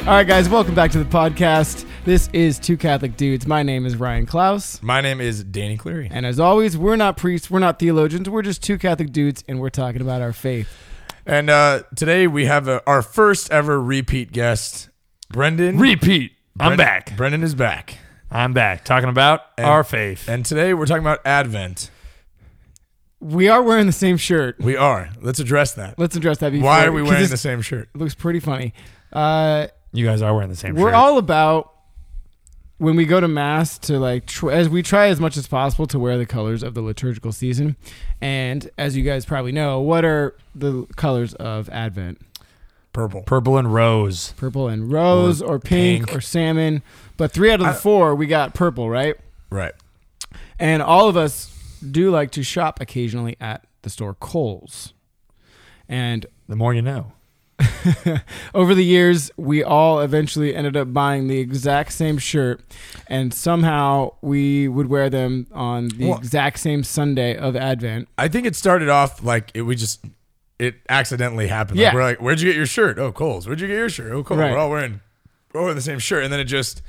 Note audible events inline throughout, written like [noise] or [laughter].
All right, guys, welcome back to the podcast. This is Two Catholic Dudes. My name is Ryan Klaus. My name is Danny Cleary. And as always, we're not priests, we're not theologians, we're just two Catholic dudes, and we're talking about our faith. And uh, today we have uh our first ever repeat guest, Brendan. Repeat. I'm Brendan- back. Brendan is back. I'm back. Talking about our faith. And today we're talking about Advent. We are wearing the same shirt. We are. Let's address that. Let's address that before. Why are we 'cause wearing this- the same shirt? It looks pretty funny. Uh, you guys are wearing the same we're shirt. all about when we go to mass to like tr- as we try as much as possible to wear the colors of the liturgical season and as you guys probably know what are the colors of advent Purple. purple and rose. purple and rose or, pink, pink. or salmon but three out of the four we got purple right Right. and all of us do like to shop occasionally at the store Kohl's and The more you know. over the years, we all eventually ended up buying the exact same shirt, and somehow we would wear them on the Well- exact same Sunday of Advent. I think it started off like it, we just it accidentally happened. Like, Yeah. we're like, where'd you get your shirt? Oh, Cole's. Where'd you get your shirt? Oh, Cole. Right. We're all wearing we're all wearing the same shirt, and then it just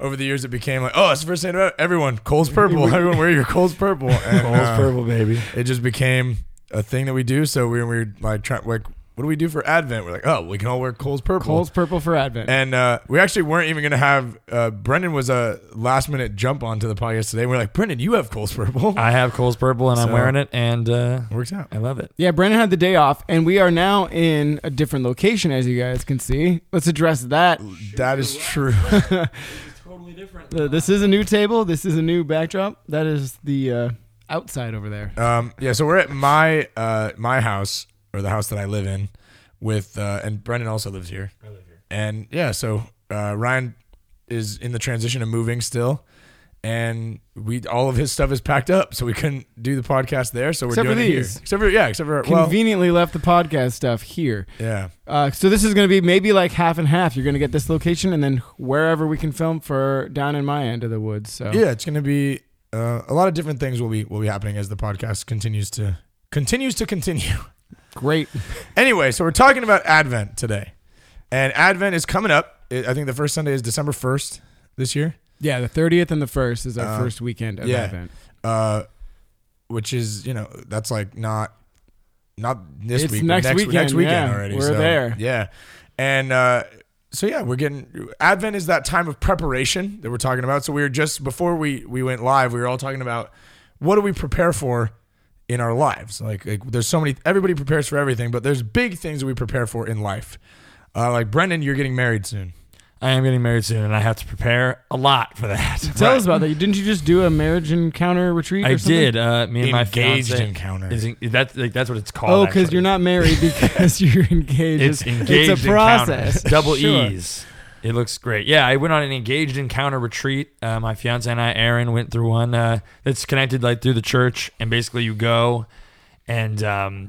over the years it became like, oh, it's the first thing about everyone. Cole's [laughs] purple. Everyone wear your Cole's purple. And, uh, baby. It just became a thing that we do. So we we were like trying like, what do we do for Advent? We're like, oh, we can all wear Cole's purple. Kohl's purple for Advent. And uh, we actually weren't even gonna have. Uh, Brendan was a last minute jump onto the podcast today. We're like, Brendan, you have Cole's purple. I have Cole's purple and I'm So- wearing it and uh, [laughs] Works out. I love it. yeah, Brandon had the day off, and we are now in a different location, as you guys can see. Let's address that. That is true. Uh, this is a new table. This is a new backdrop. That is the uh, outside over there. Um, yeah, so we're at my uh, my house or the house that I live in with, uh, and Brendan also lives here. I live here. And yeah, so uh, Ryan is in the transition of moving still, and we all of his stuff is packed up, so we couldn't do the podcast there. So we're Except for doing it here. these. Except for yeah, except for well, Conveniently left the podcast stuff here. yeah, Uh, so this is going to be maybe like half and half. You're going to get this location and then wherever we can film for down in my end of the woods. So yeah. It's gonna be uh, a lot of different things will be will be happening as the podcast continues to continues to continue. great. Anyway, so we're talking about Advent today, and Advent is coming up. I I think the first Sunday is December first this year, Yeah, the 30th and the 1st is our Uh, first weekend of yeah. Advent. uh, which is you know that's like not not this It's week, but next next week, weekend, next weekend yeah. already. We're so, there. yeah, and uh, so yeah, we're getting Advent is that time of preparation that we're talking about. So we were just before we we went live, we were all talking about what do we prepare for in our lives. Like, like there's so many everybody prepares for everything, but there's big things that we prepare for in life. Uh, like Brendan, you're getting married soon. I am getting married soon and I have to prepare a lot for that. Tell [laughs] Right. us about that. You Didn't you just do a marriage encounter retreat? I or something? did. Uh, me and my Engaged fiance encounter. Is, en- that's like, that's what it's called. Oh, because actually. you're not married because [laughs] you're engaged. It's engaged. It's a process. encounters. [laughs] Double Sure. E's. It looks great. Yeah, I went on an engaged encounter retreat. Uh, my fiance and I, Aaron, went through one uh, that's connected like through the church, and basically you go and um,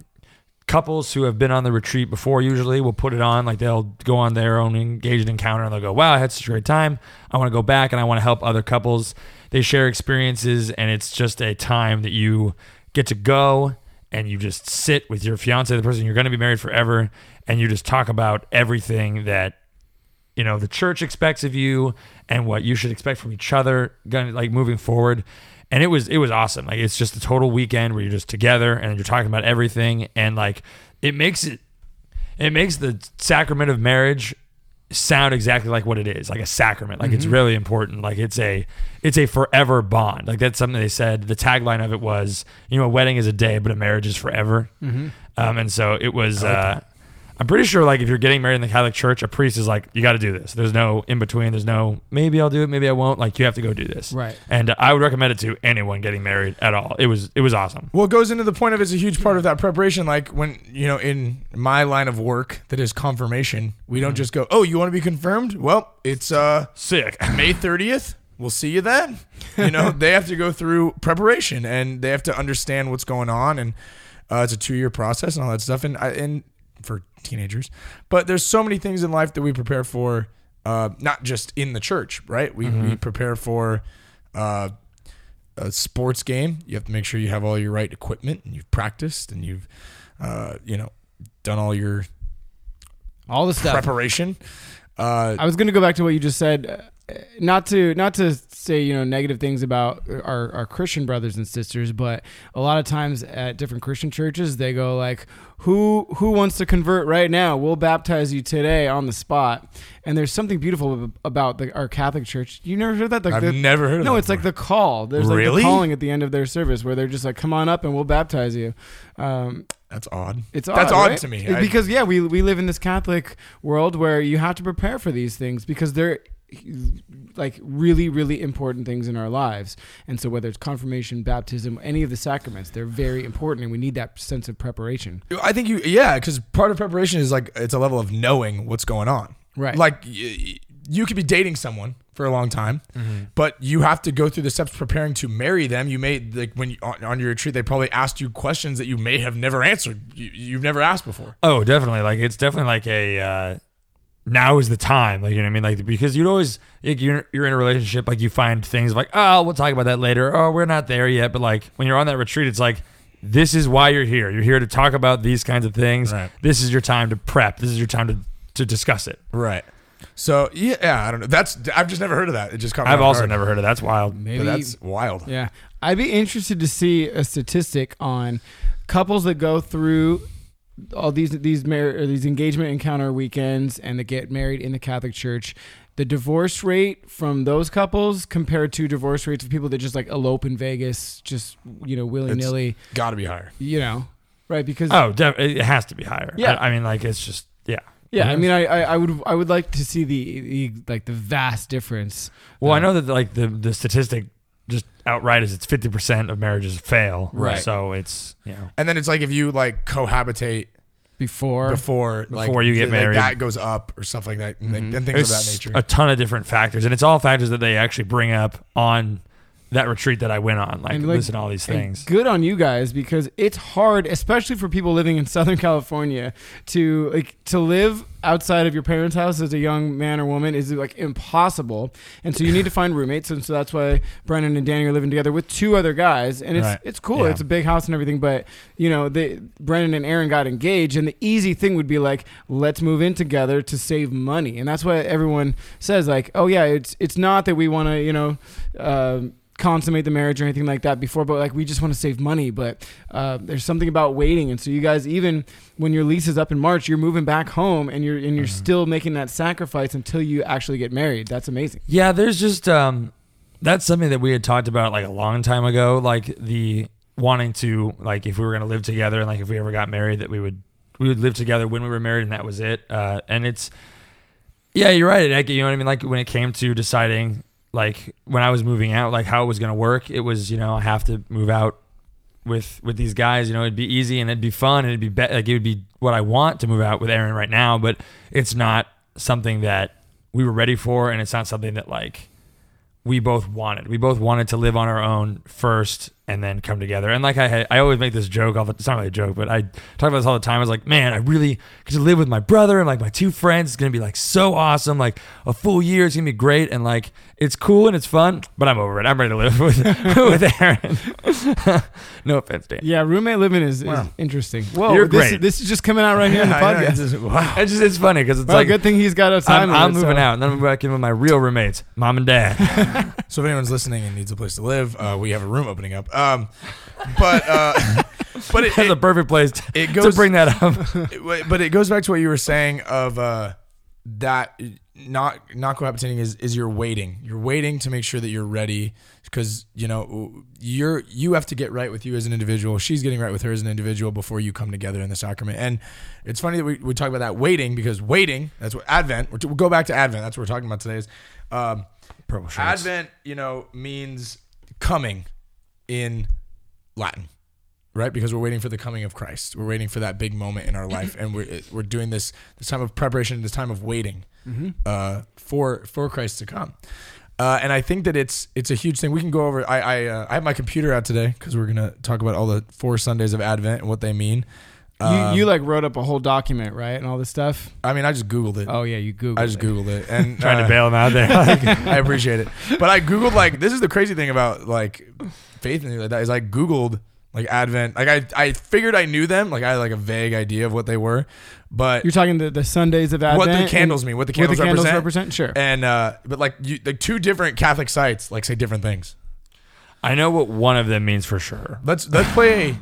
couples who have been on the retreat before usually will put it on like they'll go on their own engaged encounter and they'll go wow i had such a great time i want to go back and i want to help other couples they share experiences and it's just a time that you get to go and you just sit with your fiance the person you're going to be married forever and you just talk about everything that you know the church expects of you and what you should expect from each other going like moving forward and it was it was awesome like it's just a total weekend where you're just together and you're talking about everything and like it makes it it makes the sacrament of marriage sound exactly like what it is like a sacrament like it's really important like it's a it's a forever bond like that's something they said the tagline of it was you know a wedding is a day but a marriage is forever um, and so it was uh, i'm pretty sure like if you're getting married in the catholic church a priest is like you got to do this there's no in between there's no maybe i'll do it maybe i won't like you have to go do this Right. and i would recommend it to anyone getting married at all it was it was awesome Well, it goes into the point of it's a huge part of that preparation. Like when you know, in my line of work, that is confirmation. We don't just go, "Oh, you want to be confirmed?" Well, it's uh, sick [laughs] May thirtieth. We'll see you then. [laughs] You know, they have to go through preparation and they have to understand what's going on, and uh, it's a two-year process and all that stuff. And I- and for teenagers, but there's so many things in life that we prepare for, uh, not just in the church, right? We Mm-hmm. we prepare for. Uh, a sports game, you have to make sure you have all your right equipment and you've practiced and you've, uh, you know, done all your All the stuff. preparation. Uh, I was going to go back to what you just said, uh, not to not to say you know negative things about our, our Christian brothers and sisters, but a lot of times at different Christian churches they go like, "Who who wants to convert right now? We'll baptize you today on the spot." And there's something beautiful ab- about the, our Catholic church. You never heard that? Like I've the, never heard of No, that it's like the call. There's like Really? the calling at the end of their service where they're just like, "Come on up and we'll baptize you." Um, that's odd. it's that's odd, odd right? to me. It- I- because yeah, we we live in this Catholic world where you have to prepare for these things because they're like really really important things in our lives. And so whether it's confirmation, baptism, any of the sacraments, they're very important and we need that sense of preparation. I think you, yeah, because part of preparation is like it's a level of knowing what's going on. Right. Like y- you could be dating someone for a long time, Mm-hmm. but you have to go through the steps preparing to marry them. You may like when you, on, on your retreat, they probably asked you questions that you may have never answered. You, you've never asked before. Oh, definitely. Like it's definitely like a uh, now is the time. Like you know what I mean. Like because you'd always like, you're you're in a relationship. Like you find things like oh we'll talk about that later. Oh we're not there yet. But like when you're on that retreat, it's like this is why you're here. You're here to talk about these kinds of things. Right. This is your time to prep. This is your time to to discuss it. Right. So yeah, yeah, I don't know. That's I've just never heard of that. It just caught me I've off also guard. never heard of that's wild. Maybe But that's wild. yeah. I'd be interested to see a statistic on couples that go through all these these mar- or these engagement encounter weekends and that get married in the Catholic Church. The divorce rate from those couples compared to divorce rates of people that just like elope in Vegas, just you know willy nilly, Got to be higher. you know, right? Because Oh, def- it has to be higher. Yeah. I, I mean like it's just yeah. yeah, I mean, I, I I would I would like to see the, the like the vast difference. Well, I know that like the the statistic just outright is it's fifty percent of marriages fail. Right. So it's you know. And then it's like if you like cohabitate before. before like, Before you get like, married. that goes up or stuff like that, and, like, and things of that There's nature. A ton of different factors, and it's all factors that they actually bring up on that retreat that I went on. Like, And, like, listen to all these And things. Good on you guys because it's hard, especially for people living in [laughs] Southern California, to like to live outside of your parents' house as a young man or woman is like impossible. And so you need to find roommates, and so that's why Brennan and Danny are living together with two other guys. And it's Right. it's cool. Yeah. It's a big house and everything, but you know, they Brennan and Aaron got engaged, and the easy thing would be like, let's move in together to save money, and that's what everyone says. Like, oh yeah, it's it's not that we want to, you know. Um, consummate the marriage or anything like that before, but like we just want to save money. But uh, there's something about waiting, and so you guys, even when your lease is up in March, you're moving back home, and you're and you're still making that sacrifice until you actually get married. That's amazing. Yeah, there's just um, that's something that we had talked about like a long time ago. Like the wanting to like if we were gonna live together and like if we ever got married that we would we would live together when we were married and that was it. Uh, and it's yeah, you're right. Like, you know what I mean? Like when it came to deciding like when I was moving out, like how it was gonna work, it was you know I have to move out with with these guys. You know, it'd be easy and it'd be fun and it'd be, be- like it would be what I want to move out with Aaron right now, but it's not something that we were ready for, and it's not something that like we both wanted. We both wanted to live on our own first and then come together. And like I had, I always make this joke all the it's not really a joke, but I talk about this all the time. I was like, man, I really get to live with my brother and like my two friends. It's gonna be like so awesome. Like a full year, it's gonna be great and like it's cool and it's fun, but I'm over it. I'm ready to live [laughs] with with Aaron. [laughs] no offense, Dan. Yeah, roommate living is, is Wow. interesting. Whoa, You're this, great. This is just coming out right [clears throat] here in the [laughs] Yeah, I know, podcast. it's just- wow. It's just it's funny because it's Well, like good thing he's got a time. I'm, I'm limit, so- moving out and then I'm back in with my real roommates, mom and dad. [laughs] So if anyone's listening and needs a place to live, uh, we have a room opening up. Um, but uh, [laughs] but it, That's the it, perfect place to, it to goes bring that [laughs] up. it- but it goes back to what you were saying of uh, that not not cohabitating is is you're waiting. You're waiting to make sure that you're ready because you know you're you have to get right with you as an individual. She's getting right with her as an individual before you come together in the sacrament. And it's funny that we, we talk about that waiting because waiting that's what Advent. We're t- we'll go back to Advent. That's what we're talking about today. Is um, Purple shirts. Advent, you know, means coming in Latin, right? Because we're waiting for the coming of Christ. We're waiting for that big moment in our life, and we're we're doing this this time of preparation, this time of waiting uh, for for Christ to come. Uh, and I think that it's it's a huge thing. We can go over. I I, uh, I have my computer out today because we're gonna talk about all the four Sundays of Advent and what they mean. Um, You, you like wrote up a whole document, right, and all this stuff. I mean, I just googled it. Oh yeah, you Googled. I just it. googled it and trying uh, to bail him out there. [laughs] I appreciate it. But I googled like this is the crazy thing about like faith and things like that is I googled Like Advent, like I, I figured I knew them. Like I had like a vague idea of what they were, but You're talking the, the Sundays of Advent. what the and- candles mean, what the what the candles, candles represent. represent? Sure. And uh, but like you, like two different Catholic sites like say different things. I know what one of them means for sure. Let's let's play a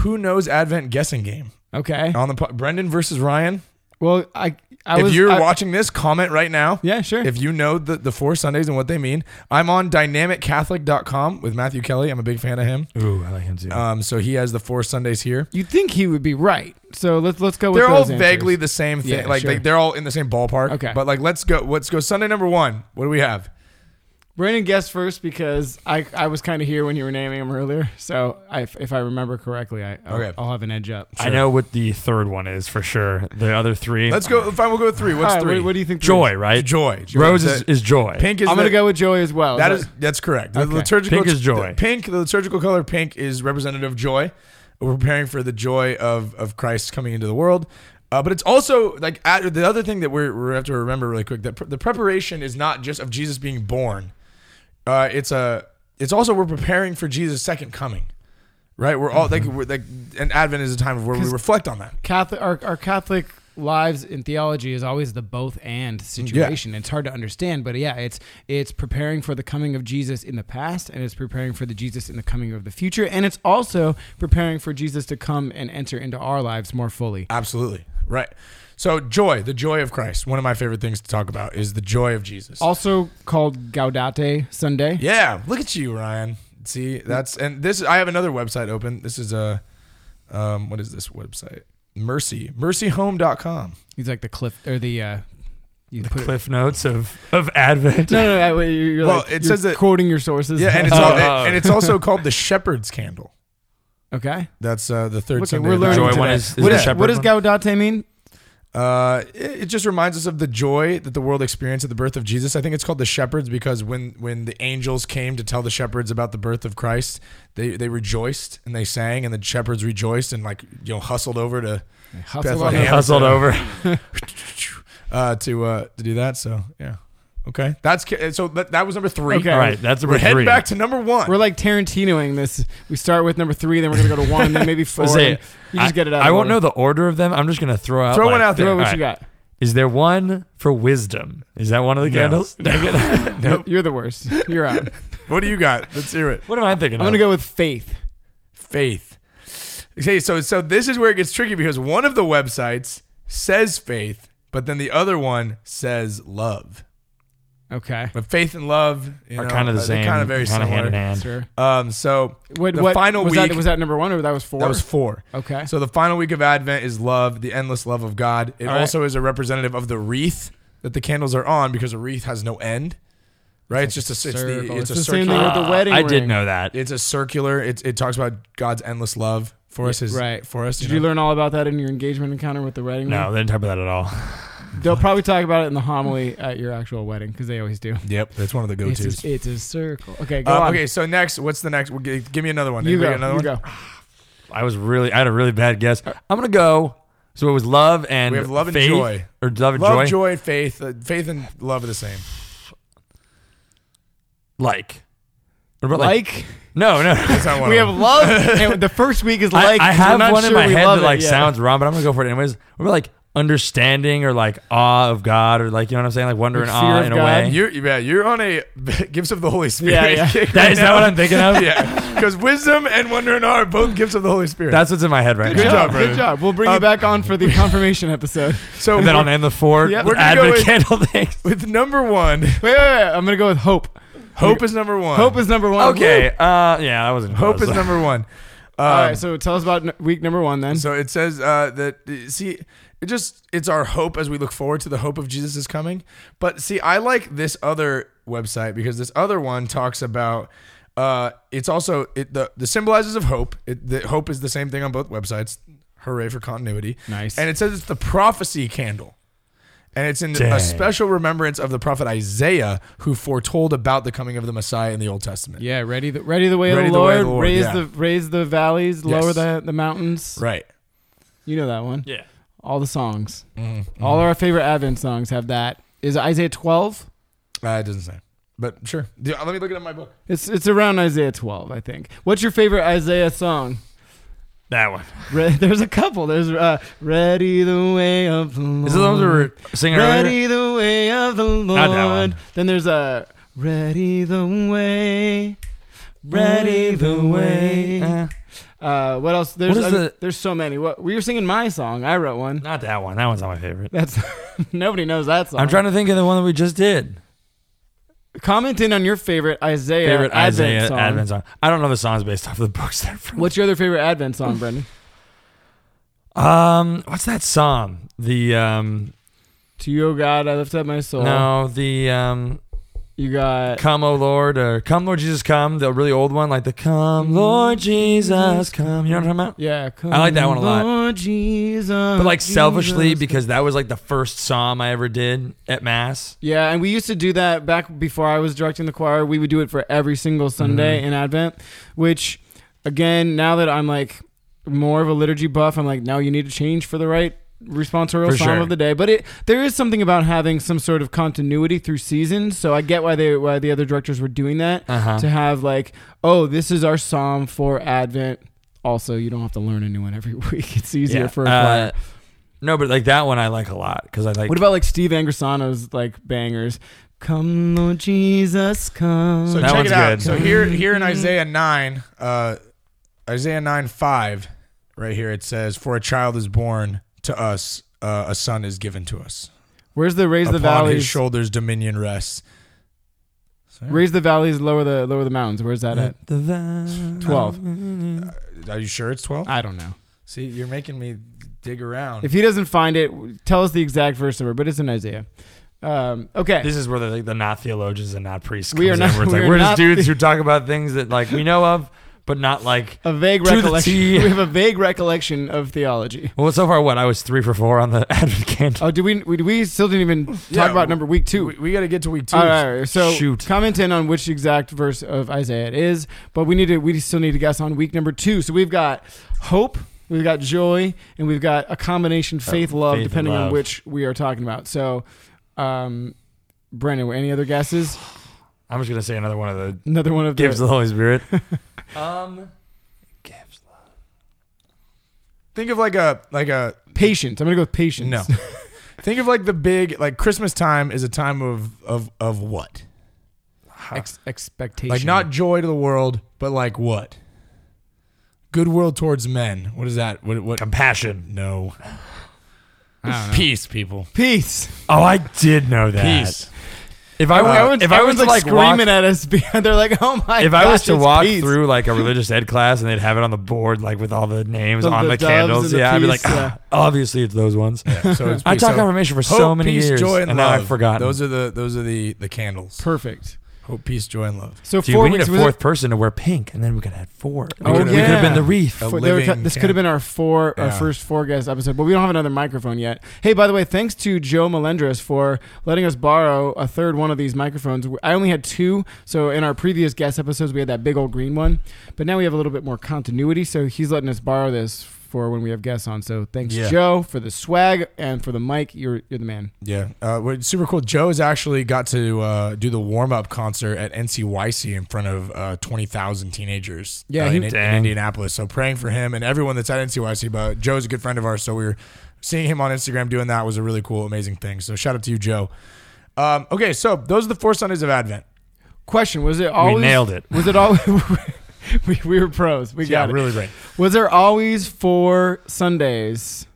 who knows Advent guessing game Okay. on the po- Brendan versus Ryan. Well, I I Uh, if was you're I- watching this, comment right now. Yeah, sure. If you know the, the four Sundays and what they mean, I'm on dynamiccatholic.com with Matthew Kelly. I'm a big fan of him. Ooh, I like him too. Um, so he has the four Sundays here. You'd think he would be right. So let's let's go with they're all those answers. vaguely the same thing. Yeah, like sure. they, they're all in the same ballpark. Okay. But like let's go let's go Sunday number one. What do we have? Brandon guessed first because I, I was kind of here when you were naming him earlier. So I, if I remember correctly, I I'll, Okay. I'll have an edge up. I know what the third one is for sure. The other three. Let's go fine, we'll go with three. What's All right, three? What, what do you think? joy, Brandon? right? Joy. Joy. Rose The- is, is joy. pink is I'm gonna the- go with joy as well. that is that's correct. The Okay. liturgical Pink is joy. the pink, the liturgical color pink is representative of joy. We're preparing for the joy of of Christ coming into the world. Uh, but it's also like at, the other thing that we're, we have to remember really quick that pr- the preparation is not just of Jesus being born. Uh, it's a it's also we're preparing for Jesus' second coming, right? We're all Mm-hmm. like we're like and Advent is a time of where we 'Cause- reflect on that. Catholic. Our, our Catholic lives in theology is always the both and situation. It's hard to understand, but yeah, it's it's preparing for the coming of Jesus in the past, and it's preparing for the Jesus in the coming of the future, and it's also preparing for Jesus to come and enter into our lives more fully. Absolutely right. So joy, the joy of Christ. One of my favorite things to talk about is the joy of Jesus. Also called Gaudete Sunday. Yeah, look at you, Ryan. See, that's and this I have another website open. This is a um what is this website? Mercy, mercyhome.com. He's like the cliff or the uh, you put it- Cliff notes of of [laughs] Advent. No, no, no. wait, You're, you're Well, like, it you're says that- quoting your sources. [laughs] Yeah, and it's Oh, all, oh. uh, and it's also called the Shepherd's Candle. okay. That's uh the third Okay, Sunday. we're of the learning joy Advent. one today. is, is What the is- shepherd what does one. Gaudete mean? Uh, it, it just reminds us of the joy that the world experienced at the birth of Jesus. I think it's called the shepherds because when when the angels came to tell the shepherds about the birth of Christ, they they rejoiced and they sang, and the shepherds rejoiced and like you know hustled over to Hustle Bethlehem. on the- [laughs] hustled over? uh, to uh, to do that. So yeah, okay. That's ca- so that, that was number three. Okay. All right, that's we're number heading three. back to number one. We're like Tarantinoing this. We start with number three, then we're gonna go to one, then maybe four. Jose, and you just I, get it out. I of won't order. know the order of them. I'm just gonna throw out. Throw my one out thing. there. Throw what All you right. got. Is there one for wisdom? Is that one of the No. [laughs] candles? You're- You're the worst. You're out. what do you got? Let's hear it. What am I thinking? I'm gonna of? go with faith. Faith. Okay, so so this is where it gets tricky because one of the websites says faith, but then the other one says love. Okay. But faith and love you Are know, kind of the uh, they're same. kind of very kinda similar. hand in hand. Sure. Um, so What, The what- final was week- that? Was that number one or that was four? that was four. okay. So the final week of Advent is love, the endless love of God. It All right. also is a representative of the wreath that the candles are on because a wreath has no end. Right? It's, just a it's, the- circle. it's It's a the same circular. thing with the Ah, wedding I did ring. know that. It's a circular. It, it talks about God's endless love for us. Is, right. For us. Did you you know? learn all about that in your engagement encounter with the wedding? No, ring? they didn't talk about that at all. They'll probably talk about it in the homily at your actual wedding because they always do. Yep. That's one of the go It's tos. a, it's a circle. Okay. Go Uh, on. okay. So next, what's the next? Well, g- give me another one. You Anybody go. got another you one? go. I was really, I had a really bad guess. I'm gonna go. So it was love and We have love and faith, joy. or love and Love, joy. joy, faith. Uh, faith and love are the same. Like, what about like? Like No, no. That's not one we of have them. love, and the first week is like I, I 'cause we're have not one in sure my we head love that it like yet. sounds wrong, but I'm gonna go for it anyways. What about like understanding or like awe of God or like you know what I'm saying, like wonder Like and fear awe of in a God. [laughs] way. You're, yeah, you're on a [laughs] gifts of the Holy Spirit. yeah. kick [laughs] that right is that what now. I'm thinking of? [laughs] yeah, because wisdom and wonder and awe are both gifts of the Holy Spirit. That's what's in my head right Good now. job, brother. Good job. We'll bring Uh, you back on for [laughs] the confirmation episode. so And then I'll we're- name the four Yep. We're gonna go Advent with- [laughs] candle things. with number one, Wait, wait, wait. I'm gonna go with hope. hope is number one. Hope is number one. Okay. Uh, yeah, that wasn't. hope [laughs] close. is number one. Um, [laughs] All right. So tell us about n- week number one then. so it says uh, that see, it just it's our hope as we look forward to the hope of Jesus' coming. But see, I like this other website because this other one talks about. Uh, it's also it, the the symbolizes of hope. It, the hope is the same thing on both websites. Hooray for continuity! Nice. And it says it's the prophecy candle. And it's in a Dang. special remembrance of the prophet Isaiah, who foretold about the coming of the Messiah in the Old Testament. yeah. Ready the ready the way, Ready of, the the way of the Lord, Lord. Raise yeah. the raise the valleys. Lower Yes. the the mountains. Right. You know that one. Yeah. All the songs. Mm-hmm. All our favorite Advent songs have that. Is it Isaiah 12? Uh, it doesn't say, but sure. Do- uh, Let me look it up in my book. It's it's around Isaiah 12, I think. What's your favorite Isaiah song? That one. Re- [laughs] there's a couple. There's uh, Ready the Way of the Lord. Is it the ones we were singing earlier? Ready the Way of the Lord. Not that one. Then there's a Ready the Way. Ready the Way. Eh, Uh, what else? There's What is I mean, the- there's so many. What we were singing my song. I wrote one. not that one. That one's not my favorite. That's [laughs] nobody knows that song. I'm trying to think of the one that we just did. comment in on your favorite Isaiah Favorite Advent Isaiah song. Advent song. I don't know the songs based off the [laughs] books they're from. What's your other favorite Advent song, [laughs] Brendan? Um, what's that song? The um, To you, O God, I lift up my soul. no, the um, You got Come, O Lord, or Come, Lord Jesus, Come. The really old one, like the Come, Lord Jesus, Come. You know what I'm talking about? yeah. Come I like that one a lot. Lord Jesus, But like selfishly, Jesus. because that was like the first psalm I ever did at mass. Yeah, and we used to do that back before I was directing the choir. We would do it for every single Sunday Mm-hmm. in Advent, which again, now that I'm like more of a liturgy buff, I'm like, now you need to change for the right responsorial For psalm sure. of the day. But it there is something about having some sort of continuity through seasons, so I get why they why the other directors were doing that Uh huh. to have like, oh, this is our psalm for Advent. Also, you don't have to learn a new one every [laughs] week. It's easier for a choir. Uh, no, but like that one I like a lot because I like. What about like Steve Angrisano's like bangers? Come, Lord Jesus, come. So That check one's it out. good. So here, here Mm-hmm. in Isaiah nine, uh, Isaiah nine five, right here it says, "For a child is born to us, uh, a son is given to us. Where's the raise the Upon his valleys? shoulders dominion rests." Raise the valleys, lower the lower the mountains. Where's that at? The va- [laughs] Twelve. Mm-hmm. Uh, Are you sure it's twelve? I don't know. See, you're making me dig around. If he doesn't find it, tell us the exact verse number. But it's in Isaiah. Um, okay, This is where the, like, the not theologians and not priests. We comes are in, not- where it's we like, are we're not just dudes who talk about things that like we know of, but not like. a vague To the recollection. T. [laughs] We have a vague recollection of theology. Well, so far what I was three for four on the Advent candle. Oh, do we? We, we still didn't even talk Yeah, about number week two. we, we got to get to week two. all right, all right. so Shoot. comment in on which exact verse of Isaiah it is, but we need to we still need to guess on week number two. So we've got hope, we've got joy, and we've got a combination faith, love, faith and depending on love. which we are talking about. So, um, Brandon, any other guesses? I'm just gonna say another one of the Another one of the gifts of the Holy [laughs] Spirit. um, gifts. Think of like a like a patience. I'm gonna go with patience. [laughs] no. Think of like the big like Christmas time is a time of of of what? [laughs] Ex- expectation. Like not joy to the world, but like what? Goodwill towards men. What is that? What what? Compassion. No. [sighs] I don't know. Peace, people. peace. Oh, I did know that. [laughs] Peace. If I, were- Uh, Everyone's- if I was everyone's, to like walk, screaming at us, [laughs] they're like, "Oh my!" if I was gosh, to it's walk peace. through like a religious ed class and they'd have it on the board like with all the names The- on the the, doves candles, and the yeah, I'd be like, peace, yeah. "Ah, [laughs] obviously it's those ones. So it's I peace. taught So confirmation for hope, so many peace, years, joy, and, and now love. I've forgotten. Those are the those are the the candles. Perfect. Hope, peace, joy, and love. So Dude, four we need a weeks was it- fourth person to wear pink, and then we could have four. We Oh, could- we could yeah. have been the wreath. A Four- they were living cut- this could have been our four, our Yeah. first four guest episode, but we don't have another microphone yet. Hey, by the way, thanks to Joe Melendres for letting us borrow a third one of these microphones. I only had two, so in our previous guest episodes we had that big old green one, but now we have a little bit more continuity. So he's letting us borrow this for when we have guests on. So thanks, Yeah. Joe, for the swag and for the mic. You're you're the man. Yeah, uh, well, it's super cool. Joe's actually got to uh, do the warm up concert at NCYC in front of uh, twenty thousand teenagers. Yeah, uh, he- in, in Dang. Indianapolis. So praying for him and everyone that's at NCYC. But Joe's a good friend of ours, so we were seeing him on Instagram doing that was a really cool, amazing thing. So shout out to you, Joe. Um, okay, so those are the four Sundays of Advent. Question: Was it always nailed it. [laughs] Was it all? we, we were pros. We got it. really great. Was there always four Sundays?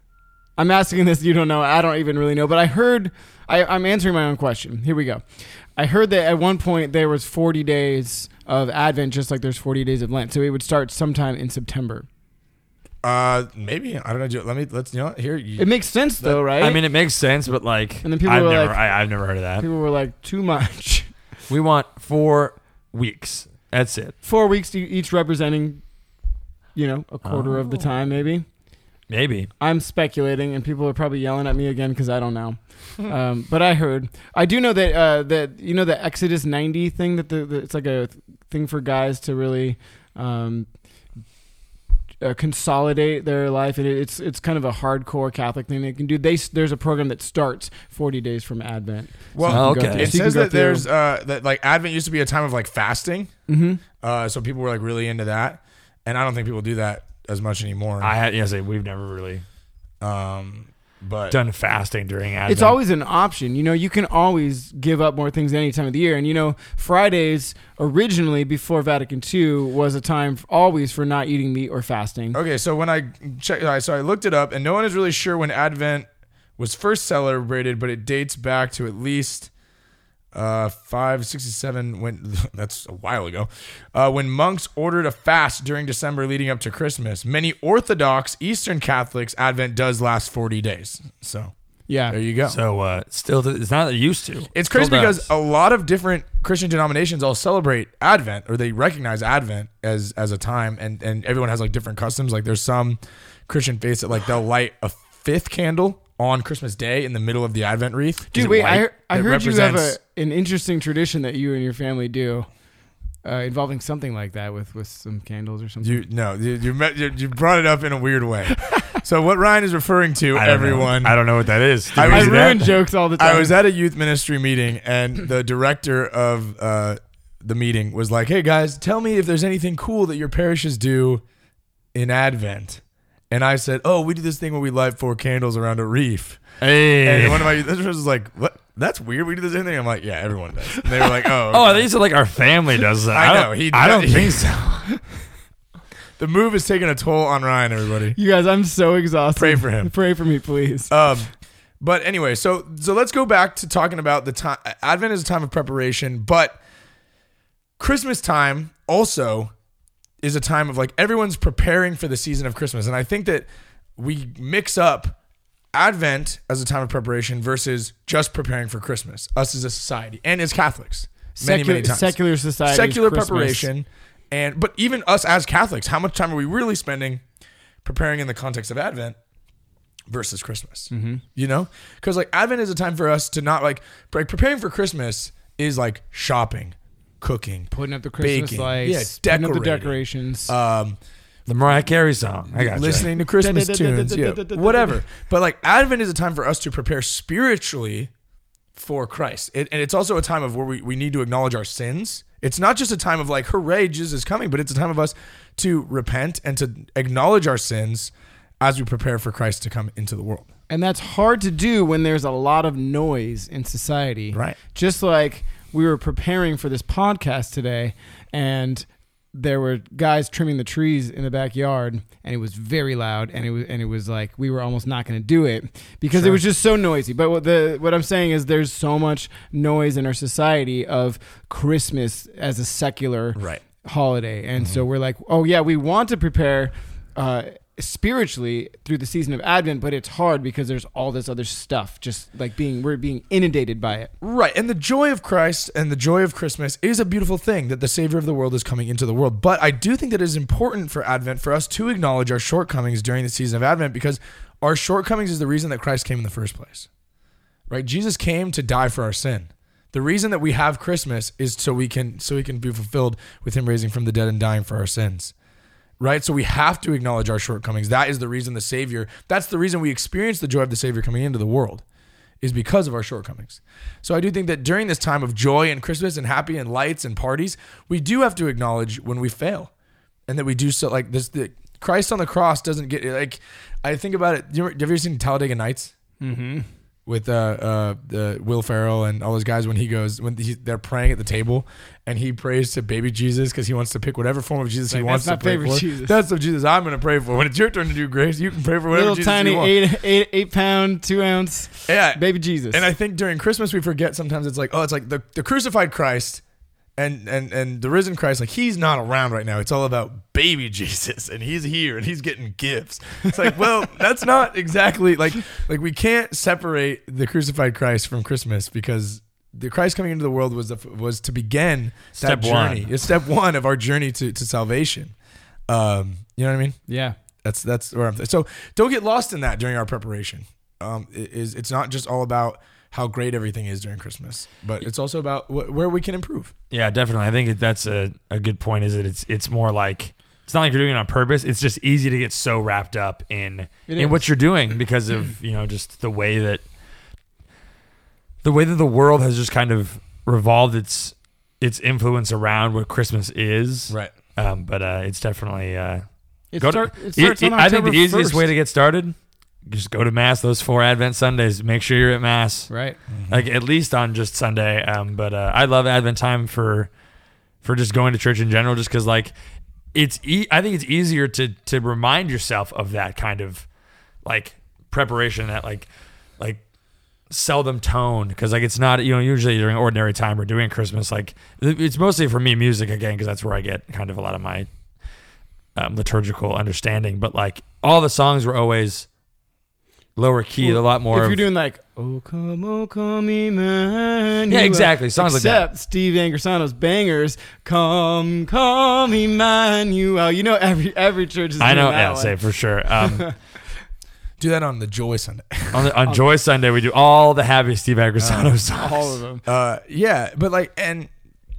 I'm asking this. You don't know. I don't even really know. But I heard. I, I'm answering my own question. Here we go. I heard that at one point there was 40 days of Advent, just like there's 40 days of Lent. So it would start sometime in September. Uh, maybe I don't know. Joe, Let me let's you know what, here. You, It makes sense though, right? I mean, it makes sense, but like, And then people I've were never, like- I, I've never heard of that. people were like, too much. [laughs] We want four weeks. That's it. Four weeks to each representing, you know, a quarter of the time maybe. Maybe. I'm speculating, and people are probably yelling at me again because I don't know. Um, but I heard, I do know that uh, that you know the Exodus 90 thing that the, the it's like a thing for guys to really um, uh, consolidate their life. It, it's it's kind of a hardcore Catholic thing they can do. They s- there's a program that starts 40 days from Advent. well, you can go okay. through. Oh, it So you can says go that through. there's uh that like Advent used to be a time of like fasting. Mhm. Uh, so people were like really into that, and I don't think people do that as much anymore. I had, yeah, say we've never really um, but done fasting during Advent. It's always an option. You know, you can always give up more things at any time of the year. And, you know, Fridays originally before Vatican II was a time f- always for not eating meat or fasting. okay, so when I checked, I- so I looked it up, and no one is really sure when Advent was first celebrated, but it dates back to at least uh five sixty seven when [laughs] that's a while ago uh when monks ordered a fast during december leading up to christmas many orthodox eastern catholics advent does last 40 days so Yeah. there you go so uh, still, th- it's not that it used to. It's crazy Still because does. a lot of different Christian denominations all celebrate Advent or they recognize Advent as as a time and and everyone has like different customs. Like there's some Christian faiths that like they'll light a fifth candle on Christmas Day in the middle of the Advent wreath. Dude, wait, I, hear- I That heard you have a, represents- an interesting tradition that you and your family do uh, involving something like that with, with some candles or something. You no, you you, met, you you brought it up in a weird [laughs] way. so what Ryan is referring to, I don't know. everyone, I don't know what that is. Did I we I was do that? ruin jokes all the time. I Um, was at a youth ministry meeting, and [clears throat] the director of uh, the meeting was like, "Hey guys, tell me if there's anything cool that your parishes do in Advent." And I said, "Oh, we do this thing where we light four candles around a reef." Hey. And one of my youth ministers was like, "What? That's weird. We do the same thing." I'm like, "Yeah, everyone does." And they were like, "Oh, [laughs] Oh, okay." I think so. Like our family does that. I don't- know, he I does- don't [laughs] think so. the move is taking a toll on Ryan." [laughs] Everybody, you guys, I'm so exhausted. pray for him. Pray for me, please. Um, but anyway, so so let's go back to talking about the time. Advent is a time of preparation, but Christmas time also is a time of like everyone's preparing for the season of Christmas, and I think that we mix up Advent as a time of preparation versus just preparing for Christmas. Us as a society and as Catholics, many secular, many times secular society. secular Christmas. preparation and but even us as catholics how much time are we really spending preparing in the context of advent versus christmas you know because like advent is a time for us to not like like preparing for christmas is like shopping cooking Putting up the Christmas Baking. lights. Yeah, putting up the decorating. decorations. um The Mariah Carey song. I got listening to Christmas tunes, yeah, Da-da-da-da-da-da-da-da-da. whatever. But like Advent is a time for us to prepare spiritually for Christ, it, and it's also a time of where we, we need to acknowledge our sins. It's not just a time of like, hooray, Jesus is coming, but it's a time of us to repent and to acknowledge our sins as we prepare for Christ to come into the world. And that's hard to do when there's a lot of noise in society. Right. Just like we were preparing for this podcast today and there were guys trimming the trees in the backyard and it was very loud and it was and it was like we were almost not going to do it because it was just so noisy. But what the what I'm saying is there's so much noise in our society of Christmas as a secular Right. holiday. And so we're like, oh yeah, we want to prepare uh, spiritually through the season of Advent, but it's hard because there's all this other stuff. Just like being, we're being inundated by it. Right. And the joy of Christ and the joy of Christmas is a beautiful thing that the Savior of the world is coming into the world. But I do think that it is important for Advent for us to acknowledge our shortcomings during the season of Advent because our shortcomings is the reason that Christ came in the first place. Right? Jesus came to die for our sin. The reason that we have Christmas is so we can so we can be fulfilled with him raising from the dead and dying for our sins right? So we have to acknowledge our shortcomings. That is the reason the Savior, that's the reason we experience the joy of the Savior coming into the world, is because of our shortcomings. So I do think that during this time of joy and Christmas and happy and lights and parties, we do have to acknowledge when we fail and that we do so like this. The, Christ on the cross doesn't get like, I think about it. You ever, have you ever seen Talladega Nights? Mm-hmm. with uh, uh, uh, Will Ferrell and all those guys when he goes when he, they're praying at the table and he prays to baby Jesus because he wants to pick whatever form of Jesus he Like, wants that's my to pray favorite for. Jesus. That's the Jesus I'm going to pray for. When it's your turn to do grace, you can pray for whatever Little Jesus tiny you want. eight, eight, eight pound, two ounce yeah, baby Jesus. and I think during Christmas we forget sometimes it's like oh it's like the, the crucified Christ and and and the risen Christ like he's not around right now. It's all about baby [laughs] Jesus and he's here and he's getting gifts. It's like [laughs] well that's not exactly like like we can't separate the crucified Christ from Christmas because. The Christ coming into the world was the, was to begin that Step one. journey. It's step one of our journey to, to salvation. Um, you know what I mean? yeah. That's that's where I'm. So don't get lost in that during our preparation. Um, it is it's not just all about how great everything is during Christmas, but it's also about wh- where we can improve. Yeah, definitely. I think that that's a, a good point. Is that it's it's more like it's not like you're doing it on purpose. It's just easy to get so wrapped up in It in is. what you're doing [clears throat] because of you know just the way that the way that the world has just kind of revolved its its influence around what Christmas is. Right. Um, but uh, it's definitely uh, It, Go start- to, it starts e- on e- I think the October easiest 1st. way to get started, just go to mass those four Advent Sundays. Make sure you're at mass, Right. like at least on just Sunday. Um, but uh, I love Advent time for for just going to church in general, just because like it's. E- I think it's easier to to remind yourself of that kind of like preparation that like like seldom tone because like it's not you know usually during ordinary time or doing christmas like th- it's mostly for me music again because that's where i get kind of a lot of my um, liturgical understanding but like all the songs were always lower key a lot more If of- you're doing like "Oh come, oh come, Emmanuel," Yeah, exactly. Songs like that. Except Steve Angersano's bangers, "Come, come, Emmanuel." You know, every every church is. i know doing that yeah one. say for [laughs] sure um Do that on the Joy Sunday. on, the, on joy sunday we do all the happy steve agrisano songs Uh, all of them. Uh, yeah, but like, and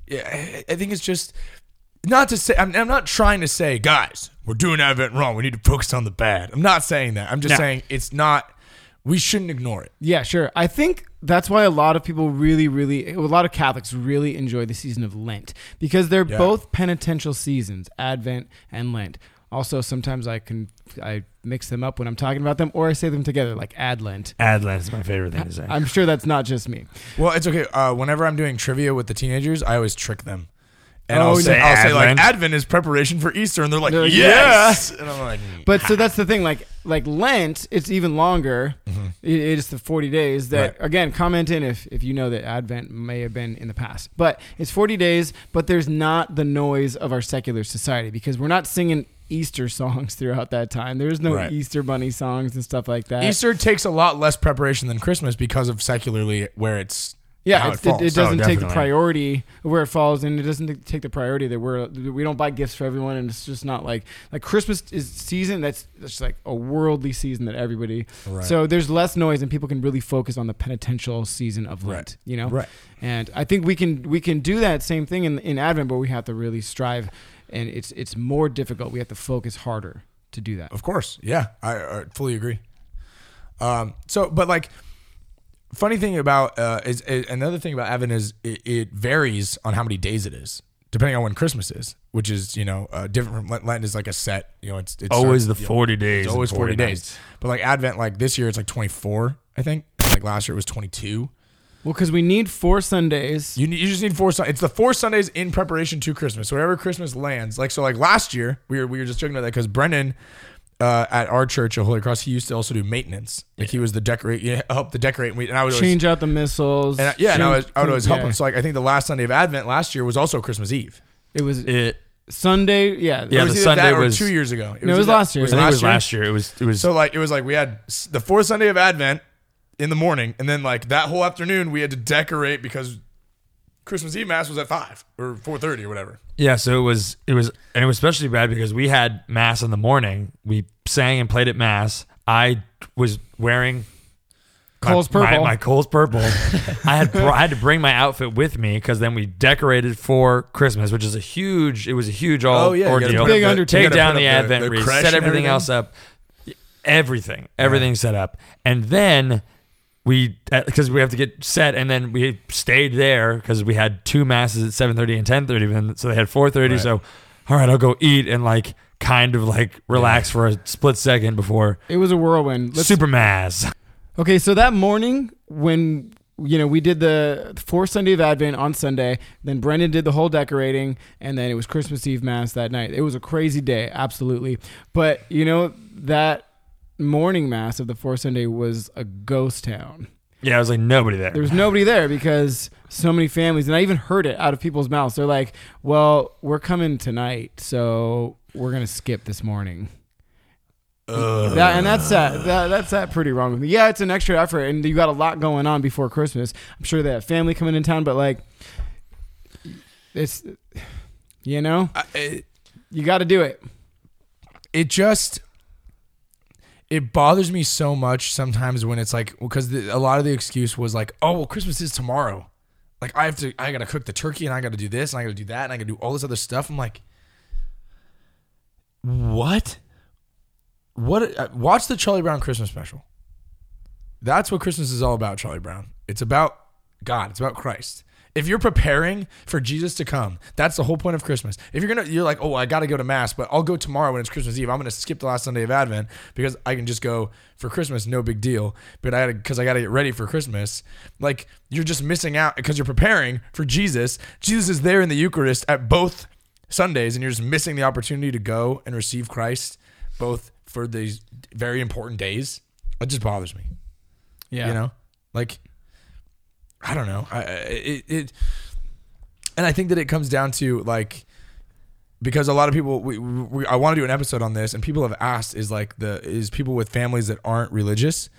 yeah, I- I think it's just not to say. I'm, I'm not trying to say, guys, we're doing Advent wrong. We need to focus on the bad. I'm not saying that. I'm just No. saying it's not. We shouldn't ignore it. Yeah, sure. I think that's why a lot of people really, really, a lot of Catholics really enjoy the season of Lent because they're Yeah. both penitential seasons, Advent and Lent. Also, sometimes I can I mix them up when I'm talking about them, or I say them together, like Adlent. adlent is my favorite thing to say I'm sure that's not just me. Well, it's okay. Uh, whenever I'm doing trivia with the teenagers, I always trick them. And Oh, I'll say, yeah. I'll say like Advent. Advent is preparation for Easter, and they're like, They're like, yes. And I'm like, [laughs] "Mm." But so that's the thing, like like Lent, it's even longer. Mm-hmm. It, it's the forty days that again, comment in if if you know that Advent may have been in the past. But it's forty days, but there's not the noise of our secular society because we're not singing Easter songs [laughs] throughout that time. There's no Right. Easter bunny songs and stuff like that. Easter takes a lot less preparation than Christmas because of secularly where it's how yeah, it's- it falls. it, it doesn't take the definitely. priority where it falls, and it doesn't take the priority that we're we don't buy gifts for everyone, and it's just not like like Christmas is season that's that's like a worldly season that everybody Right. So there's less noise, and people can really focus on the penitential season of Lent. Right. You know, Right. And I think we can we can do that same thing in in Advent, but we have to really strive, and it's it's more difficult. We have to focus harder to do that. Of course, yeah, I, I fully agree. Um, so, but like, funny thing about uh, is, is another thing about Advent is it, it varies on how many days it is, depending on when Christmas is, which is you know uh, different. From Lent, Lent is like a set, you know, it's, it's always the starts- you know, 40 days it's and always forty, days. nights. But like Advent, like this year, it's like twenty four, I think. Like last year, it was twenty two. Well, because we need four Sundays. You, need, you just need four. Sun- It's the four Sundays in preparation to Christmas. So wherever Christmas lands, like so, like last year we were we were just joking about that because Brendan uh, at our church at Holy Cross, he used to also do maintenance. Like he was the decorate, yeah, help the decorate, and, we, and I would always, Change out the missiles. and I, yeah, and I change- was I would always help yeah. him. So like I think the last Sunday of Advent last year was also Christmas Eve. It was it Sunday. Yeah. Yeah, It was the either that Sunday or was- two years ago. No, it was either- last year. I Was it think it was last year it was it was So like it was like we had s- the fourth Sunday of Advent in the morning, and then like that whole afternoon we had to decorate because Christmas Eve mass was at five or four thirty or whatever. Yeah, so it was it was and it was especially bad because we had mass in the morning. We sang and played at mass. I was wearing my- Cole's my, purple. My, Cole's [laughs] purple. I had br- I had to bring my outfit with me because then we decorated for Christmas, which is a huge. It was a huge all Oh, yeah, you gotta ordeal. put Big up the- undertaking. you gotta Take down put the up the- advent the wreath, creche set and everything, everything. else up, everything, everything set up, and then we because we have to get set, and then we stayed there because we had two masses at seven thirty and ten thirty, and so they had four thirty. Right. So, all right, I'll go eat and like kind of like relax for a split second before It was a whirlwind. Let's- super mass. [laughs] Okay, so that morning when you know we did the fourth Sunday of Advent on Sunday, then Brendan did the whole decorating, and then it was Christmas Eve mass that night. It was a crazy day, absolutely. But you know that morning mass of the fourth Sunday was a ghost town. Yeah, I was like nobody there. There was nobody there because so many families, and I even heard it out of people's mouths. They're like, "Well, we're coming tonight, so we're gonna skip this morning." That, and that's that, that. That's that pretty wrong with me. Yeah, it's an extra effort, and you got a lot going on before Christmas. I'm sure they have family coming in town, but like, it's you know I, it, you got to do it. it just it bothers me so much sometimes when it's like because a lot of the excuse was like, oh well, Christmas is tomorrow. Like I have to, I gotta cook the turkey and I gotta do this and I gotta do that and I gotta do all this other stuff. I'm like, what? What? uh, Watch the Charlie Brown Christmas special. That's what Christmas is all about, Charlie Brown. It's about God. It's about Christ. If you're preparing for Jesus to come, that's the whole point of Christmas. If you're gonna, you're like, oh, I gotta go to mass, but I'll go tomorrow when it's Christmas Eve. I'm gonna skip the last Sunday of Advent because I can just go for Christmas, no big deal. But I because I gotta get ready for Christmas. Like you're just missing out because you're preparing for Jesus. Jesus is there in the Eucharist at both Sundays, and you're just missing the opportunity to go and receive Christ both for these very important days. It just bothers me. Yeah. You know, like I don't know. I, I- it, it, and I think that it comes down to like because a lot of people we, we I want to do an episode on this, and people have asked is like the is people with families that aren't religious.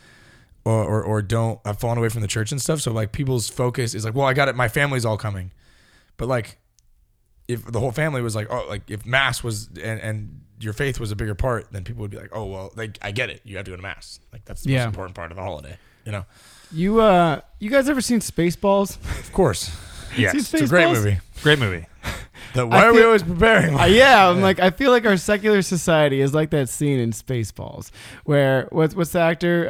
Or, or, or don't I've fallen away from the church and stuff. So like people's focus is like, well, I got it. My family's all coming, but like, if the whole family was like, oh, like if mass was and, and your faith was a bigger part, then people would be like, oh, well, like I get it. You have to go to mass. Like that's the Yeah. most important part of the holiday. You know, You uh, you guys ever seen Spaceballs? of course, Yes. [laughs] Spaceballs? it's a great movie. Great movie. The, why I are we feel- always preparing? Uh, yeah, I'm like I feel like our secular society is like that scene in Spaceballs where what's what's the actor?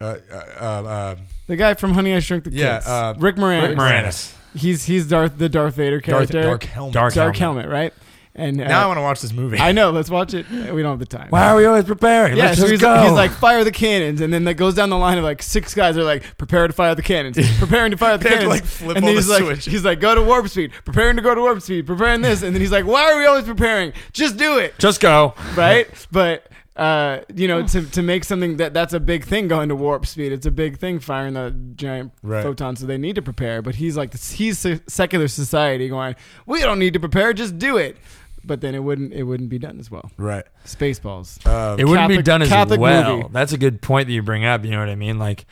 Uh, uh, uh, uh, the guy from Honey I Shrunk the Yeah, Kids. uh, Rick Moranis. Rick Moranis. He's he's Darth the Darth Vader Darth, character. Dark Helmet. Dark- Dark Helmet. helmet, right? And uh, Now I want to watch this movie. I know. Let's watch it. We don't have the time. Why are we always preparing? Yeah, Let's so just he's, go. he's like, fire the cannons, and then that goes down the line of like six guys are like, prepare to fire the [laughs] cannons, preparing to fire the They have to, cannons, like, flip and all then the he's like, switches. he's like, go to warp speed, preparing to go to warp speed, preparing this, and then he's like, why are we always preparing? Just do it, just go. [laughs] right? But uh, you know, to to make something that that's a big thing going to warp speed, it's a big thing firing the giant Right. photon, so they need to prepare. But he's like, he's se- secular society going, we don't need to prepare, just do it. But then it wouldn't it wouldn't be done as well. right. Spaceballs. Uh, It wouldn't be Catholic- done as Catholic well. movie. That's a good point that you bring up. You know what I mean? Like,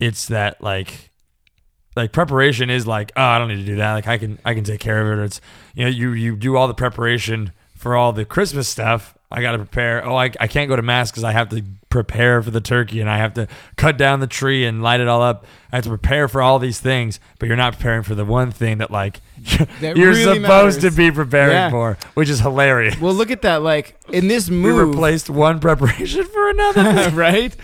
it's that like, like preparation is like, oh, I don't need to do that. Like, I can, I can take care of it. Or it's, you know, you you do all the preparation for all the Christmas stuff. I got to prepare. Oh, I, I can't go to mass because I have to prepare for the turkey and I have to cut down the tree and light it all up. I have to prepare for all these things, but you're not preparing for the one thing that like [laughs] That you're really supposed to matters. be preparing Yeah. for, which is hilarious. Well, look at that. Like in this We move, replaced one preparation [laughs] for another. [laughs] right?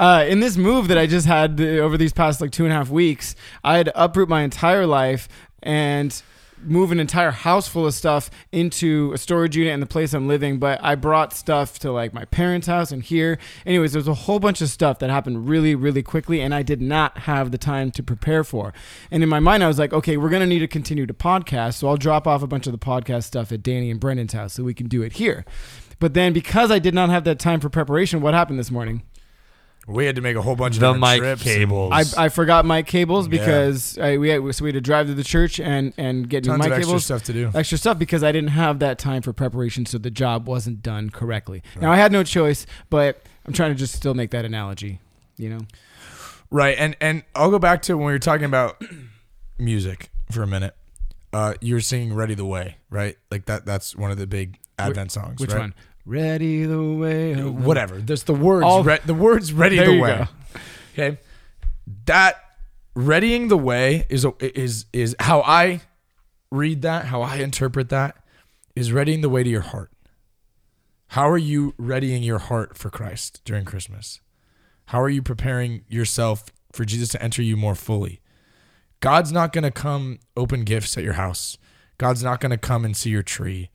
Uh, in this move that I just had uh, over these past like two and a half weeks, I had to uproot my entire life and move an entire house full of stuff into a storage unit in the place I'm living. But I brought stuff to like my parents' house and here. Anyways, there's a whole bunch of stuff that happened really, really quickly, and I did not have the time to prepare for. And in my mind, I was like, okay, we're gonna need to continue to podcast, so I'll drop off a bunch of the podcast stuff at Danny and Brendan's house so we can do it here. But then because I did not have that time for preparation, what happened this morning? we had to make a whole bunch of the different mic trips. cables. I, I forgot my cables Yeah. because I, we had, so we had to drive to the church and, and get new Tons mic of extra cables. Uh, stuff to do. Extra stuff because I didn't have that time for preparation, so the job wasn't done correctly. Now I had no choice, but I'm trying to just still make that analogy. You know, Right, and and I'll go back to when we were talking about music for a minute. Uh, you were singing "Ready the Way," right? Like that. That's one of the big Advent songs. which right? one? Ready the way. Uh, of the- Whatever. There's the words. Mm-hmm. All- re- the words "Ready There the you Way." go. Okay, that readying the way is a- is is how I read that. How I interpret that is readying the way to your heart. How are you readying your heart for Christ during Christmas? How are you preparing yourself for Jesus to enter you more fully? God's not going to come open gifts at your house. God's not going to come and see your tree.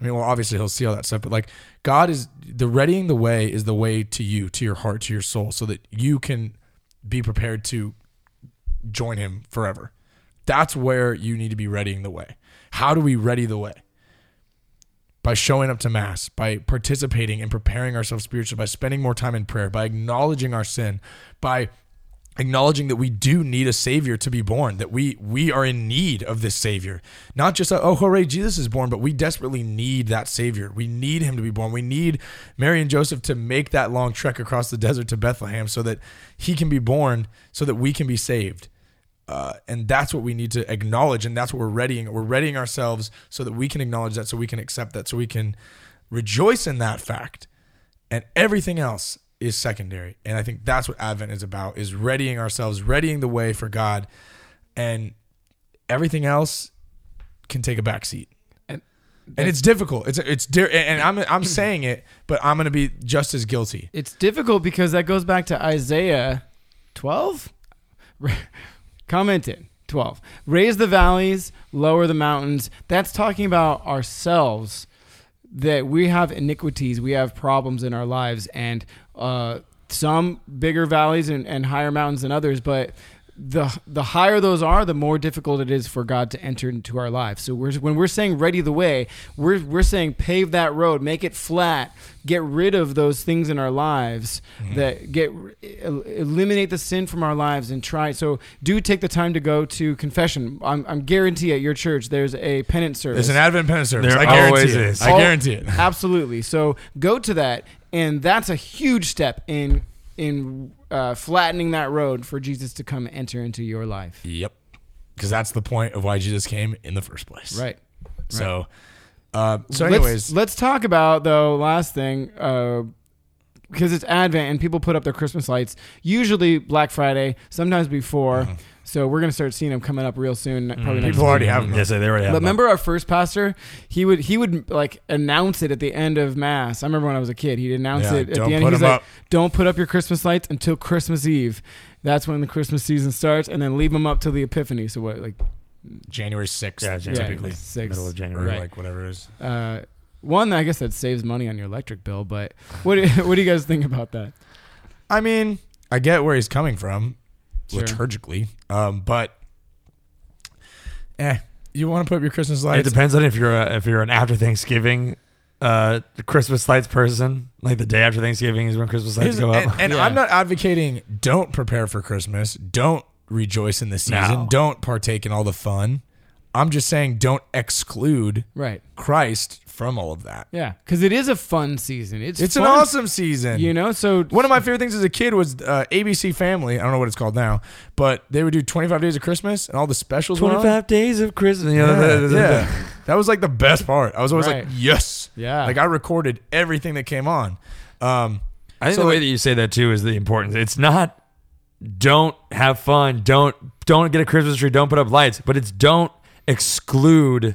I mean, well, obviously he'll see all that stuff, but like God is the readying the way is the way to you, to your heart, to your soul, so that you can be prepared to join him forever. That's where you need to be readying the way. How do we ready the way? by showing up to mass, by participating and preparing ourselves spiritually, by spending more time in prayer, by acknowledging our sin, by acknowledging that we do need a savior to be born, that we we are in need of this savior. Not just a, oh hooray Jesus is born, but we desperately need that savior. We need him to be born. We need Mary and Joseph to make that long trek across the desert to Bethlehem so that he can be born so that we can be saved. Uh, and that's what we need to acknowledge, and that's what we're readying. We're readying ourselves so that we can acknowledge that, so we can accept that, so we can rejoice in that fact. And everything else is secondary. And I think that's what Advent is about: is readying ourselves, readying the way for God, and everything else can take a back seat. And- And, it's difficult. It's it's di- and I'm I'm saying it, but I'm gonna be just as guilty. It's difficult because that goes back to Isaiah 12. Comment it. 12. Raise the valleys, lower the mountains. That's talking about ourselves that we have iniquities, we have problems in our lives, and uh, some bigger valleys and, and higher mountains than others, but the the higher those are, the more difficult it is for God to enter into our lives. So we're, when we're saying ready the way, we're we're saying pave that road, make it flat, get rid of those things in our lives Mm-hmm. that get el- eliminate the sin from our lives and try. So do take the time to go to confession. I'm, I'm guarantee at your church there's a penance service. There's an Advent penance service. There I guarantee always it. is. I Oh, guarantee it. [laughs] Absolutely. So go to that, and that's a huge step in in uh, flattening that road for Jesus to come enter into your life. Yep. Because that's the point of why Jesus came in the first place. Right. So, uh, so Let's- anyways, let's, talk about though last thing. Uh, because it's Advent and people put up their Christmas lights, usually Black Friday, sometimes before. So we're gonna start seeing them coming up real soon. Probably next Uh-huh. Mm-hmm. people already have them. Yes, they Mm-hmm. already have. But them. remember our first pastor? He would he would like announce it at the end of mass. I remember when I was a kid, he'd announce Yeah, it at don't the end. put He's 'em like, up. "Don't put up your Christmas lights until Christmas Eve. That's when the Christmas season starts, and then leave them up till the Epiphany." So what, like, January 6th, Yeah, January typically. yeah, six. middle of Or January. like whatever it is. Uh, one, I guess that saves money on your electric bill. But what do, what do you [laughs] guys think about that? I mean, I get where he's coming from Sure. liturgically, um, but eh, you want to put up your Christmas It lights? depends on if you're a, if you're an after Thanksgiving, uh, Christmas lights person. Like the day after Thanksgiving is when Christmas lights Here's- go up. [laughs] And, and Yeah. I'm not advocating don't prepare for Christmas, don't rejoice in the season, No. don't partake in all the fun. I'm just saying don't exclude Right? Christ from all of that. Yeah, because it is a fun season. It's It's an fun, awesome season. You know, so One of my favorite things as a kid was uh, ABC Family. I don't know what it's called now, but they would do 25 Days of Christmas and all the specials. were on. Twenty five days of Christmas. You know, Yeah, the- the- yeah. that was like the best part. I was always Right. like, yes. Yeah. Like I recorded everything that came on. Um, I think So, the way like- that you say that too is the importance. It's not don't have fun, don't don't get a Christmas tree, don't put up lights, but it's don't exclude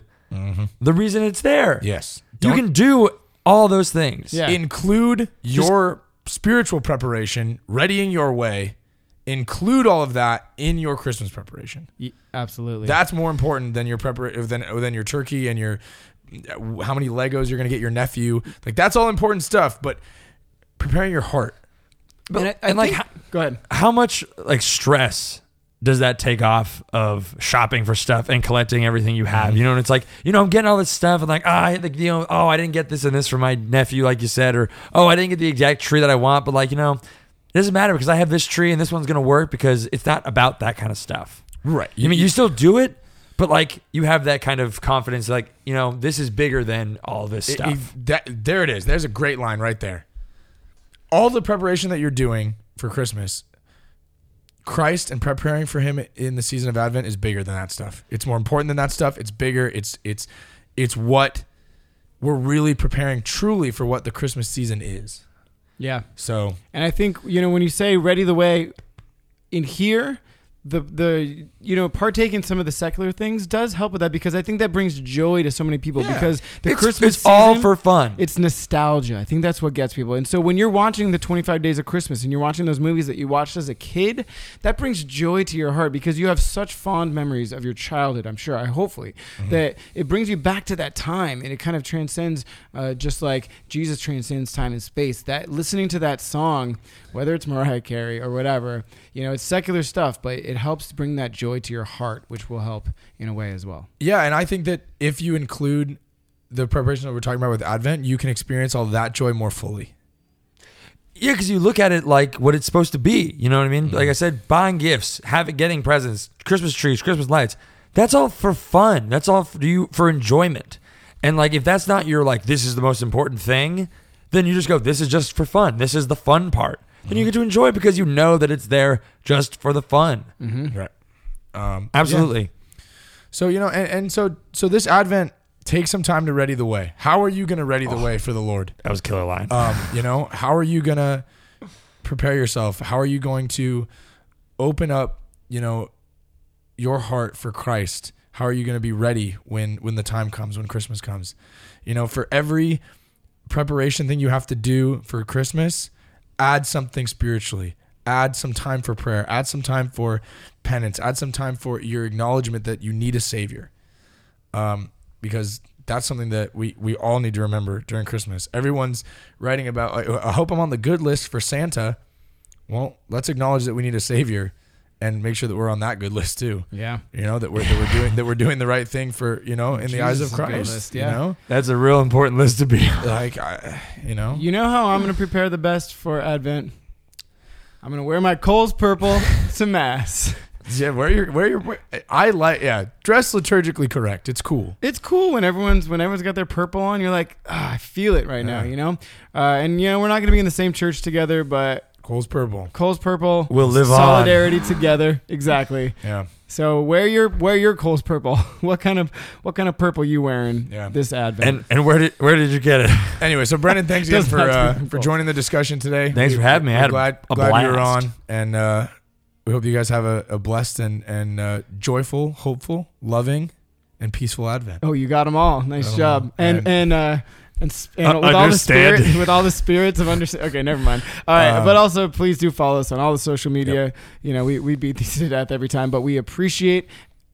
the reason it's there. yes. you Don't can do all those things. Yeah. include your spiritual preparation, readying your way. Include all of that in your Christmas preparation. y- absolutely. That's more important than your prepar than than your turkey and your how many Legos you're gonna get your nephew. Like that's all important stuff, but preparing your heart. But, And and I- I like think- h- go ahead. how much like stress does that take off of shopping for stuff and collecting everything you have? You know, and it's like, you know, I'm getting all this stuff and like, ah, I like, you know, oh, I didn't get this and this for my nephew, like you said, or oh, I didn't get the exact tree that I want, but like, you know, it doesn't matter because I have this tree and this one's gonna work because it's not about that kind of stuff. Right. I mean, you still do it, but like, you have that kind of confidence, like, you know, this is bigger than all this It- stuff. it- that, there it is. There's a great line right there. All the preparation that you're doing for Christmas, Christ and preparing for Him in the season of Advent is bigger than that stuff. It's more important than that stuff. It's bigger. It's it's it's what we're really preparing truly for what the Christmas season is. Yeah. So And I think you know when you say ready the way in here, the the you know partake in some of the secular things does help with that because I think that brings joy to so many people Yeah. because the it's, Christmas it's all season- for fun. it's nostalgia. I think that's what gets people. And so when you're watching the 25 Days of Christmas and you're watching those movies that you watched as a kid, that brings joy to your heart because you have such fond memories of your childhood. I'm sure, I hopefully that it brings you back to that time and it kind of transcends, uh, just like Jesus transcends time and space. That listening to that song, whether it's Mariah Carey or whatever, you know, it's secular stuff, but it helps bring that joy to your heart, which will help in a way as well. Yeah, and I think that if you include the preparation that we're talking about with Advent, you can experience all that joy more fully. Yeah, because you look at it like what it's supposed to be. You know what I mean? Like I said, buying gifts, having getting presents, Christmas trees, Christmas lights. That's all for fun. That's all for you for enjoyment. And like if that's not your like this is the most important thing, then you just go, This is just for fun. This is the fun part. Then you get to enjoy it because you know that it's there just for the fun. Right. Um, Absolutely. So you know, and, and so so this Advent, take some time to ready the way. How are you going to ready the way for the Lord? That was a killer line. Um, you know, how are you going to prepare yourself? How are you going to open up, you know, your heart for Christ? How are you going to be ready when when the time comes, when Christmas comes? You know, for every preparation thing you have to do for Christmas, add something spiritually. add some time for prayer, add some time for penance, add some time for your acknowledgement that you need a savior. Um, because that's something that we, we all need to remember during Christmas. Everyone's writing about, like, I hope I'm on the good list for Santa. Well, let's acknowledge that we need a savior and make sure that we're on that good list too. Yeah. You know, that we're, that we're doing, that we're doing the right thing for, you know, in the eyes of Jesus' good Christ, list, you yeah. know, That's a real important list to be on. like, I, you know, You know how I'm going to prepare the best for Advent? I'm going to wear my Coles [laughs] purple to mass. [laughs] Yeah, wear your wear your. Wear, I like yeah. Dress liturgically correct. It's cool. It's cool when everyone's when everyone's got their purple on. You're like, ah, I feel it right now, Yeah. you know. Uh, and you know we're not going to be in the same church together, but Cole's purple. Coles purple We'll live on. solidarity together. Exactly. Yeah, So wear your wear your Coles purple. [laughs] what kind of what kind of purple you wearing yeah. this Advent? [laughs] And and where did where did you get it? Anyway, [laughs] so Brendan, thanks again Does for not uh, mean for Coles. joining the discussion today. Thanks for having me. I We're had a- glad a glad you were blast. on, and uh, we hope you guys have a, a blessed and and uh, joyful, hopeful, loving, and peaceful Advent. Oh, you got them all. Nice Got 'em job. all. And And- and uh, and, s- and Uh, with all the understand. spirit, [laughs] with all the spirits of understanding. Okay, never mind. All right, Um, but also please do follow us on all the social media. You know, we we beat [laughs] these to death every time, but we appreciate.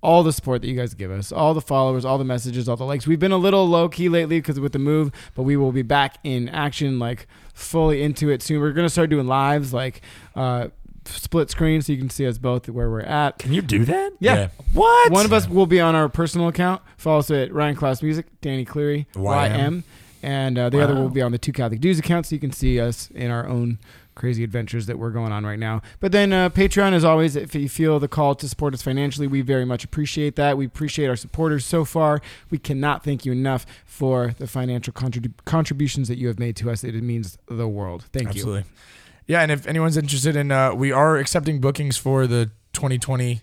All the support that you guys give us, all the followers, all the messages, all the likes. We've been a little low key lately because with the move, but we will be back in action, like fully into it soon. We're gonna start doing lives, like uh, split screen, so you can see us both where we're at. Can you do that? Yeah, What? one of us will be on our personal account. Follow us at Ryan Klaus Music, Danny Cleary, YM. YM. And uh, the other Wow. will be on the Two Catholic Dudes account, so you can see us in our own crazy adventures that we're going on right now. But then uh, Patreon, as always, if you feel the call to support us financially, we very much appreciate that. We appreciate our supporters so far. We cannot thank you enough for the financial contrib- contributions that you have made to us. It means the world. Thank you. Absolutely. Yeah, and if anyone's interested in, uh, we are accepting bookings for the 2020,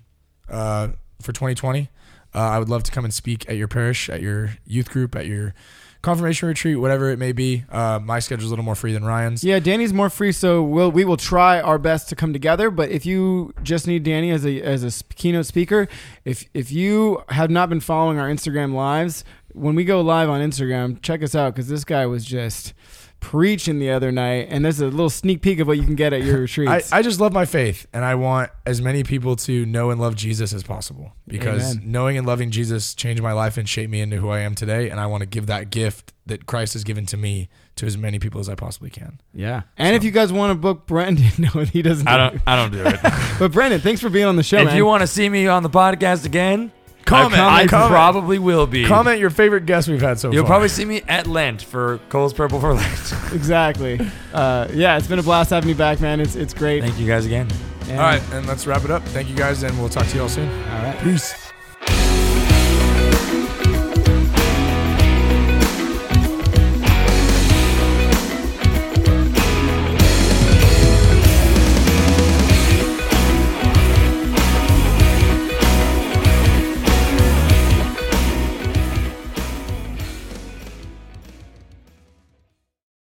uh, for 2020. Uh, I would love to come and speak at your parish, at your youth group, at your confirmation retreat, whatever it may be. Uh, my schedule's a little more free than Ryan's. Yeah, Danny's more free, so we'll we will try our best to come together. But if you just need Danny as a as a sp- keynote speaker, if if you have not been following our Instagram lives, when we go live on Instagram, check us out because this guy was just preaching the other night, and there's a little sneak peek of what you can get at [laughs] your I, retreats. I just love my faith, and I want as many people to know and love Jesus as possible because Amen. knowing and loving Jesus changed my life and shaped me into who I am today. And I want to give that gift that Christ has given to me to as many people as I possibly can. yeah, and if you guys want to book Brendan, [laughs] no, he doesn't. I don't. I don't do it. But Brendan, thanks for being on the show. if man. you want to see me on the podcast again, Comment, I, comment. probably will be. Comment your favorite guest we've had so You'll far. probably see me at Lent for Cole's Purple for Lent. [laughs] exactly. Uh, yeah, it's been a blast having you back, man. It's it's great. Thank you guys again. And- All right, and let's wrap it up. Thank you guys, and we'll talk to you all soon. all right. Peace.